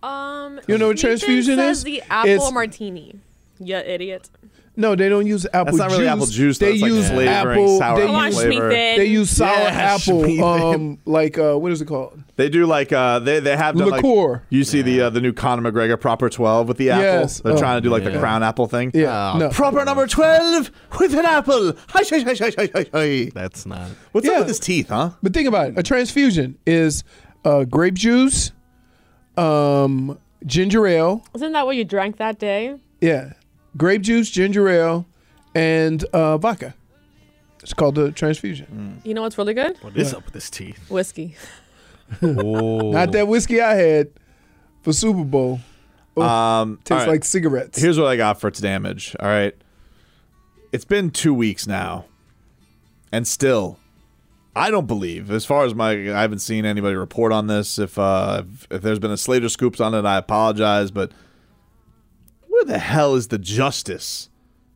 Speaker 6: Um,
Speaker 5: You know what
Speaker 6: Ethan
Speaker 5: transfusion
Speaker 6: says
Speaker 5: is?
Speaker 6: The apple
Speaker 5: It's-
Speaker 6: martini. Yeah, idiot.
Speaker 5: No, they don't use apple
Speaker 1: That's not
Speaker 5: juice.
Speaker 1: really apple juice. Though.
Speaker 5: They
Speaker 1: It's like
Speaker 5: use
Speaker 1: flavoring,
Speaker 5: apple.
Speaker 1: sour
Speaker 5: They
Speaker 6: Come on,
Speaker 1: apple
Speaker 5: use,
Speaker 1: flavor.
Speaker 6: Schmeething.
Speaker 5: they use sour
Speaker 7: Yeah,
Speaker 5: apple.
Speaker 7: Schmied.
Speaker 5: Um, like uh, what is it called?
Speaker 1: They do like uh, they they have done Like,
Speaker 5: Liqueur.
Speaker 1: you see the uh, the new Conor McGregor proper twelve with the apple.
Speaker 5: Yes.
Speaker 1: They're
Speaker 5: Oh.
Speaker 1: trying to do like the crown apple thing.
Speaker 5: Yeah, no.
Speaker 1: Oh, Proper number twelve with an apple. Hi, hi, hi, hi, hi, hi, hi.
Speaker 7: That's not.
Speaker 1: What's up
Speaker 5: Yeah.
Speaker 1: with his teeth, huh?
Speaker 5: But think about
Speaker 1: Mm-hmm.
Speaker 5: it. A transfusion is uh, grape juice, um, ginger ale.
Speaker 6: Isn't that what you drank that day?
Speaker 5: Yeah, grape juice, ginger ale, and uh, vodka. It's called a transfusion.
Speaker 6: You know what's really good?
Speaker 7: What is up with this teeth?
Speaker 6: Whiskey.
Speaker 5: Not that whiskey I had for Super Bowl.
Speaker 1: Um, all
Speaker 5: Tastes
Speaker 1: right.
Speaker 5: like cigarettes.
Speaker 1: Here's what I got for its damage. All right. It's been two weeks now. And still, I don't believe, as far as my, I haven't seen anybody report on this. If, uh, if, if there's been a Slater scoops on it, I apologize. But where the hell is the justice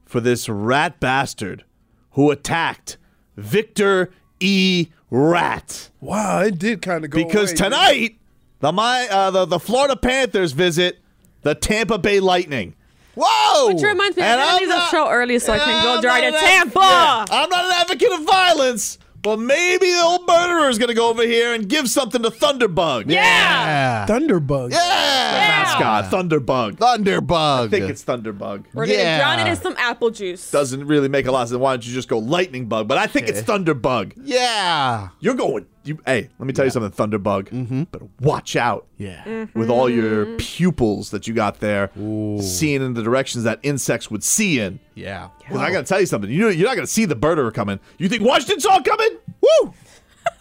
Speaker 1: for this rat bastard who attacked Victor E. Rat?
Speaker 5: wow, it did kind of go
Speaker 1: because
Speaker 5: away.
Speaker 1: tonight the my uh, the, the Florida Panthers visit the Tampa Bay Lightning. Whoa!
Speaker 6: Which reminds me, I
Speaker 1: And
Speaker 6: gotta
Speaker 1: I'm
Speaker 6: leave the show early so I
Speaker 1: and
Speaker 6: can go
Speaker 1: I'm
Speaker 6: drive
Speaker 1: not
Speaker 6: to
Speaker 1: an
Speaker 6: Tampa!
Speaker 1: yeah, I'm not an advocate of violence, but maybe the old murderer is gonna go over here and give something to Thunderbug.
Speaker 6: Yeah.
Speaker 5: Thunderbug.
Speaker 1: yeah! mascot Thunderbug. I
Speaker 7: Thunderbug.
Speaker 1: think it's Thunderbug.
Speaker 6: We're gonna
Speaker 7: Yeah.
Speaker 6: drown it in some apple juice.
Speaker 1: Doesn't really make a lot of sense. Why don't you just go Lightning Bug? But I think it's Thunderbug.
Speaker 7: yeah.
Speaker 1: You're going. You, hey, let me tell you something, Thunderbug. But watch out.
Speaker 7: Yeah.
Speaker 1: with all your pupils that you got there, seeing in the directions that insects would see in.
Speaker 7: Yeah.
Speaker 1: 'Cause I gotta tell you something. You know, you're not gonna see the murderer coming. You think Washington saw it coming? Woo!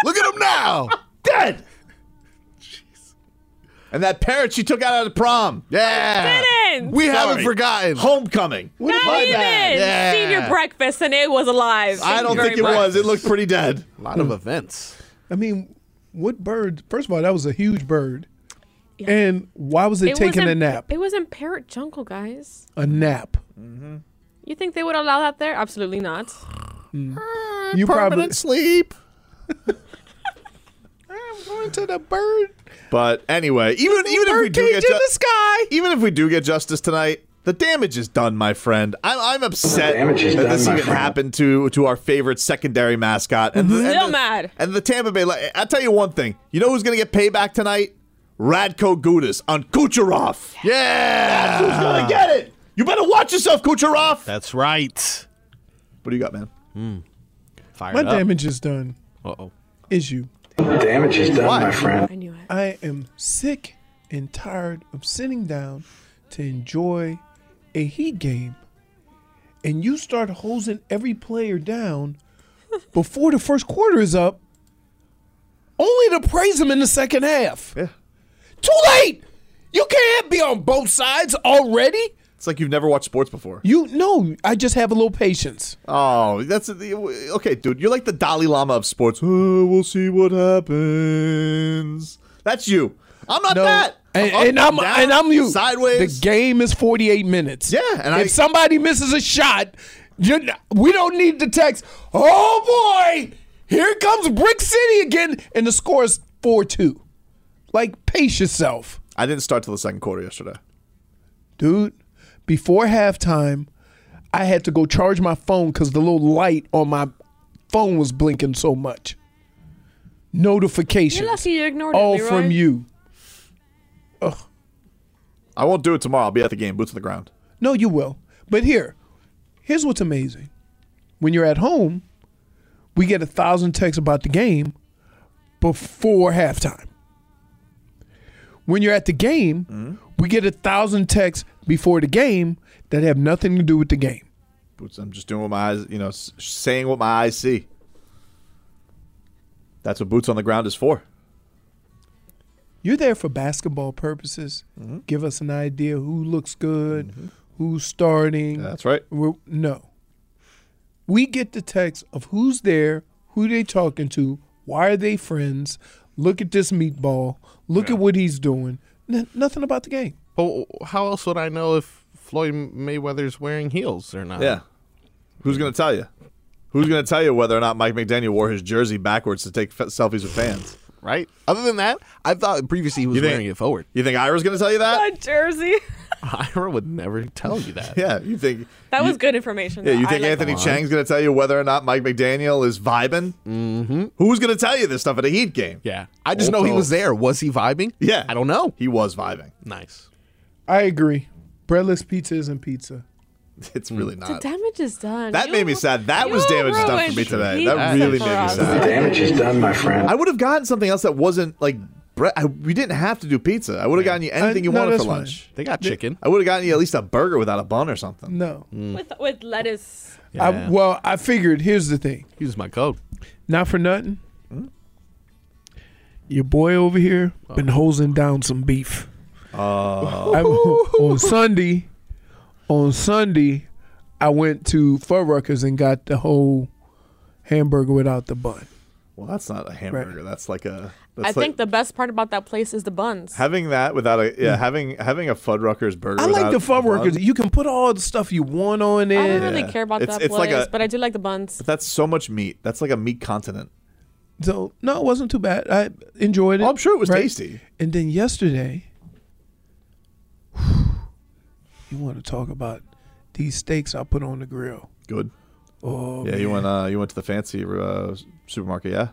Speaker 7: Look at him now.
Speaker 1: Dead. And that parrot she took out at the prom.
Speaker 7: Yeah.
Speaker 6: Didn't.
Speaker 7: We
Speaker 1: Sorry.
Speaker 7: haven't forgotten.
Speaker 1: Homecoming.
Speaker 6: Not
Speaker 1: My
Speaker 6: even.
Speaker 1: bad.
Speaker 7: Yeah.
Speaker 6: Senior breakfast and it was alive.
Speaker 1: I don't think it was. It looked pretty dead.
Speaker 7: A lot of events.
Speaker 5: I mean, what bird? First of all, that was a huge bird. And why was it, taking a nap?
Speaker 6: It was in Parrot Jungle, guys.
Speaker 5: a nap.
Speaker 6: You think they would allow that there? Absolutely not.
Speaker 5: You probably
Speaker 1: Permanent sleep.
Speaker 5: *laughs* I'm going to the bird.
Speaker 1: But anyway, even even if we do
Speaker 5: Birdcage
Speaker 1: get
Speaker 5: in
Speaker 1: ju-
Speaker 5: the sky.
Speaker 1: even if we do get justice tonight, the damage is done, my friend. I'm, I'm upset that
Speaker 8: damage is
Speaker 1: this
Speaker 8: done, my
Speaker 1: even
Speaker 8: friend.
Speaker 1: happened to to our favorite secondary mascot. And the, and
Speaker 6: Still
Speaker 1: the- *laughs*
Speaker 6: mad.
Speaker 1: And the Tampa Bay. Li- I'll tell you one thing. You know who's gonna get payback tonight? Radko Gudis on Kucherov.
Speaker 7: Yeah.
Speaker 1: Who's gonna get it? You better watch yourself, Kucherov.
Speaker 7: That's right.
Speaker 1: What do you got, man?
Speaker 7: Fire
Speaker 5: My damage is done.
Speaker 7: Uh oh.
Speaker 5: Is you?
Speaker 8: The damage is done, my friend.
Speaker 6: I knew it.
Speaker 5: I am sick and tired of sitting down to enjoy a heat game, and you start hosing every player down before the first quarter is up, only to praise them in the second half.
Speaker 1: Yeah.
Speaker 5: Too late. You can't be on both sides already.
Speaker 1: It's like you've never watched sports before.
Speaker 5: You no, I just have a little patience.
Speaker 1: Oh, that's okay, dude. You're like the Dalai Lama of sports. Oh, we'll see what happens. That's you. I'm not that.
Speaker 5: And,
Speaker 1: up,
Speaker 5: and I'm
Speaker 1: down,
Speaker 5: and I'm you.
Speaker 1: sideways.
Speaker 5: The game is 48 minutes.
Speaker 1: Yeah, and
Speaker 5: and
Speaker 1: I-
Speaker 5: if somebody misses a shot, you're, not- we don't need the text. Oh boy, here comes Brick City again, and the score is four two. Like pace yourself,
Speaker 1: I didn't start till the second quarter yesterday.
Speaker 5: dude. Before halftime, I had to go charge my phone because the little light on my phone was blinking so much. Notifications.
Speaker 6: You're lucky you ignored it,
Speaker 1: Oh,
Speaker 5: all
Speaker 6: Leroy.
Speaker 5: from
Speaker 6: *laughs*
Speaker 5: you.
Speaker 1: I won't do it tomorrow. I'll be at the game, boots on the ground.
Speaker 5: No, you will. But here, here's what's amazing. When you're at home, we get a thousand texts about the game before halftime. When you're at the game, we get a thousand texts before the game that have nothing to do with the game.
Speaker 1: Boots. I'm just doing what my eyes, you know, s- saying what my eyes see. That's what boots on the ground is for.
Speaker 5: You're there for basketball purposes. Give us an idea who looks good, who's starting.
Speaker 1: That's right.
Speaker 5: We're, no. We get the text of who's there, who they talking to, why are they friends? Look at this meatball. Look at what he's doing. N- nothing about the game.
Speaker 7: But how else would I know if Floyd Mayweather's wearing heels or not?
Speaker 1: Yeah. Who's gonna tell you? Who's gonna tell you whether or not Mike McDaniel wore his jersey backwards to take f- selfies with fans?
Speaker 7: Right. Other than that, I thought previously he was
Speaker 1: You think-
Speaker 7: wearing it forward. *laughs*
Speaker 1: You think Ira's gonna tell you that?
Speaker 6: Uh, Jersey.
Speaker 7: Ira would never tell you *laughs* that.
Speaker 1: *laughs* Yeah. You think?
Speaker 6: That
Speaker 1: you-
Speaker 6: was good information.
Speaker 1: Yeah,
Speaker 6: though.
Speaker 1: you
Speaker 6: I
Speaker 1: think
Speaker 6: like
Speaker 1: Anthony
Speaker 6: that.
Speaker 1: Chang's going to tell you whether or not Mike McDaniel is vibing? Mm-hmm. Who's going to tell you this stuff at a Heat game?
Speaker 7: Yeah. I just know he was there. Was he vibing?
Speaker 1: Yeah.
Speaker 7: I don't know.
Speaker 1: He was vibing. *laughs*
Speaker 7: Nice.
Speaker 5: I agree. Breadless pizza isn't pizza.
Speaker 1: It's really
Speaker 6: The
Speaker 1: not.
Speaker 6: damage is done.
Speaker 1: That made me sad. That was
Speaker 6: you
Speaker 1: damage done for
Speaker 6: ruined
Speaker 1: me today.
Speaker 6: pizza
Speaker 1: That really
Speaker 6: for
Speaker 1: made me
Speaker 6: us.
Speaker 1: sad.
Speaker 8: The damage is done, my friend.
Speaker 1: I would have gotten something else that wasn't like bread. I, we didn't have to do pizza. I would have gotten you anything
Speaker 5: I-
Speaker 1: you
Speaker 5: no,
Speaker 1: wanted
Speaker 5: that's
Speaker 1: for
Speaker 5: fine.
Speaker 1: lunch.
Speaker 7: They got chicken.
Speaker 1: I would have gotten you at least a burger without a bun or something.
Speaker 5: No.
Speaker 6: With, with lettuce.
Speaker 5: I, well, I figured here's the thing.
Speaker 7: Use my code.
Speaker 5: Not for nothing. Your boy over here been hosing down some beef. I- on Sunday, on Sunday, I went to Fuddruckers and got the whole hamburger without the bun.
Speaker 1: Well, that's not a hamburger. That's like a. That's
Speaker 6: I
Speaker 1: like,
Speaker 6: think the best part about that place is the buns.
Speaker 1: having that without a yeah having having a Fuddruckers burger.
Speaker 5: Hmm. I like
Speaker 1: without
Speaker 5: the
Speaker 1: a bun,
Speaker 5: Fuddruckers. You can put all the stuff you want on
Speaker 6: I don't
Speaker 5: it.
Speaker 6: really
Speaker 1: Yeah.
Speaker 6: care about
Speaker 1: It's-
Speaker 6: that
Speaker 1: it's like
Speaker 6: place,
Speaker 1: a-
Speaker 6: but I do like the buns.
Speaker 1: That's so much meat. That's like a meat continent.
Speaker 5: So no, it wasn't too bad. I enjoyed it.
Speaker 1: Oh, I'm sure it was tasty.
Speaker 5: And then yesterday, *sighs* you want to talk about these steaks I put on the grill?
Speaker 1: Good. Oh, yeah, you went. Uh, you went to the fancy uh, supermarket. Yeah,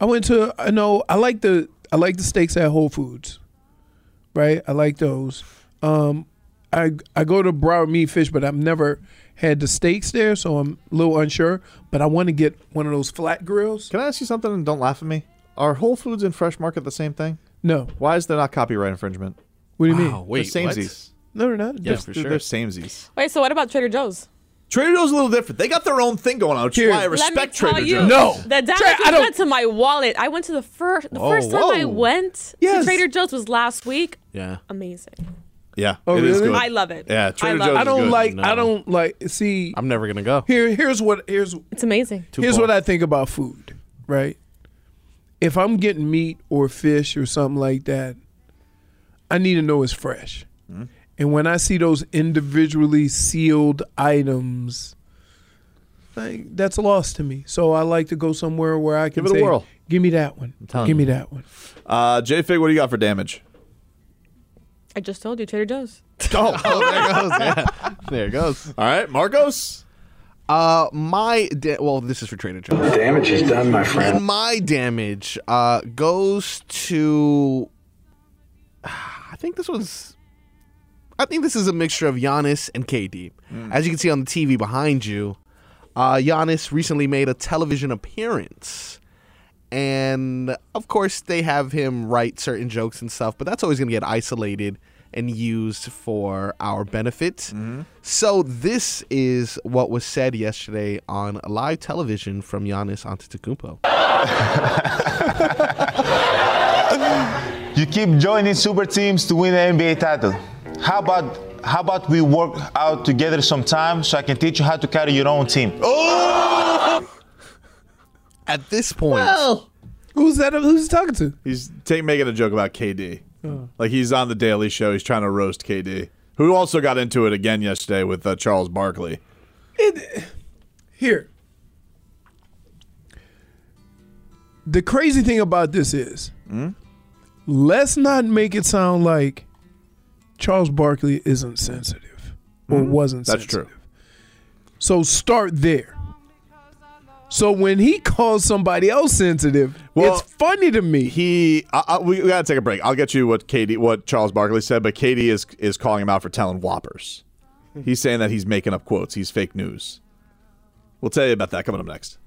Speaker 5: I went to I know I like the I like the steaks at Whole Foods, right? I like those. Um, I I go to Broward Meat Fish, but I've never had the steaks there, so I'm a little unsure. But I want to get one of those flat grills.
Speaker 1: Can I ask you something? And don't laugh at me. Are Whole Foods and Fresh Market the same thing?
Speaker 5: No,
Speaker 1: Why is there not copyright infringement?
Speaker 5: what do you
Speaker 7: Oh,
Speaker 5: mean?
Speaker 7: wait.
Speaker 1: they're
Speaker 7: what?
Speaker 1: samesies.
Speaker 5: No, they're not.
Speaker 7: Yeah,
Speaker 5: They're-
Speaker 7: for
Speaker 1: Dude,
Speaker 7: sure.
Speaker 1: They're samesies.
Speaker 6: Wait, so what about Trader Joe's?
Speaker 1: Trader Joe's is a little different. They got their own thing going on, which is
Speaker 5: Here.
Speaker 1: why I
Speaker 5: Let
Speaker 1: respect
Speaker 6: Let me tell
Speaker 1: Trader
Speaker 6: you,
Speaker 1: Joe's.
Speaker 5: No.
Speaker 6: the damage
Speaker 5: Tra- I
Speaker 6: was done
Speaker 5: don't-
Speaker 6: to my wallet. I went to the first the first time I
Speaker 7: whoa.
Speaker 6: went
Speaker 5: Yes.
Speaker 6: to Trader Joe's was last week.
Speaker 7: Yeah.
Speaker 6: Amazing.
Speaker 1: Yeah,
Speaker 5: Oh,
Speaker 1: it is
Speaker 5: really?
Speaker 1: good.
Speaker 6: I love it.
Speaker 1: Yeah,
Speaker 6: I
Speaker 1: Trader
Speaker 6: love
Speaker 1: Joe's
Speaker 6: it.
Speaker 5: I
Speaker 1: is
Speaker 5: don't
Speaker 1: good.
Speaker 5: like.
Speaker 7: No.
Speaker 5: I don't like. See,
Speaker 7: I'm never gonna go.
Speaker 5: here here's what here's
Speaker 6: It's amazing.
Speaker 7: Too
Speaker 5: Here's
Speaker 7: far.
Speaker 5: what I think about food, right? If I'm getting meat or fish or something like that, I need to know it's fresh.
Speaker 1: Mm-hmm.
Speaker 5: And when I see those individually sealed items, like, that's lost to me. So I like to go somewhere where I can
Speaker 1: Give it a
Speaker 5: say,
Speaker 1: whirl.
Speaker 5: "Give me that one.
Speaker 1: telling
Speaker 5: Give me
Speaker 1: you.
Speaker 5: that one."
Speaker 1: Uh, J Fig, what do you got for damage?
Speaker 6: I just told you, Trader Joe's.
Speaker 5: *laughs*
Speaker 1: Oh,
Speaker 7: there it goes.
Speaker 1: *laughs*
Speaker 7: Yeah. There it goes.
Speaker 1: all right, Marcos.
Speaker 7: Uh, my da- well, this is for Trader Joe's.
Speaker 8: The damage is done, my friend.
Speaker 7: And my damage uh, goes to. *sighs* I think this was. I think this is a mixture of Giannis and KD.
Speaker 8: Hmm.
Speaker 7: As you can see on the TV behind you, uh, Giannis recently made a television appearance. And of course, they have him write certain jokes and stuff, but that's always going to get isolated and used for our benefit. So, this is what was said yesterday on live television from Giannis Antetokounmpo.
Speaker 9: You keep joining super teams to win the NBA title. How about How about we work out together sometime so I can teach you how to carry your own team?
Speaker 7: At this point,
Speaker 5: Who's that? Who's he talking to?
Speaker 1: He's take, making a joke about KD. Like he's on the Daily Show. He's trying to roast KD, who also got into it again yesterday with uh, Charles Barkley.
Speaker 5: It, here. The crazy thing about this is,
Speaker 1: Hmm?
Speaker 5: let's not make it sound like Charles Barkley isn't sensitive or wasn't
Speaker 1: Hmm? That's
Speaker 5: sensitive.
Speaker 1: true.
Speaker 5: So start there. So when he calls somebody else sensitive,
Speaker 1: Well,
Speaker 5: it's funny to me.
Speaker 1: He, I, I, we, we gotta take a break. I'll get you what KD, what Charles Barkley said, but KD is is calling him out for telling whoppers. He's saying that he's making up quotes. He's fake news. We'll tell you about that coming up next.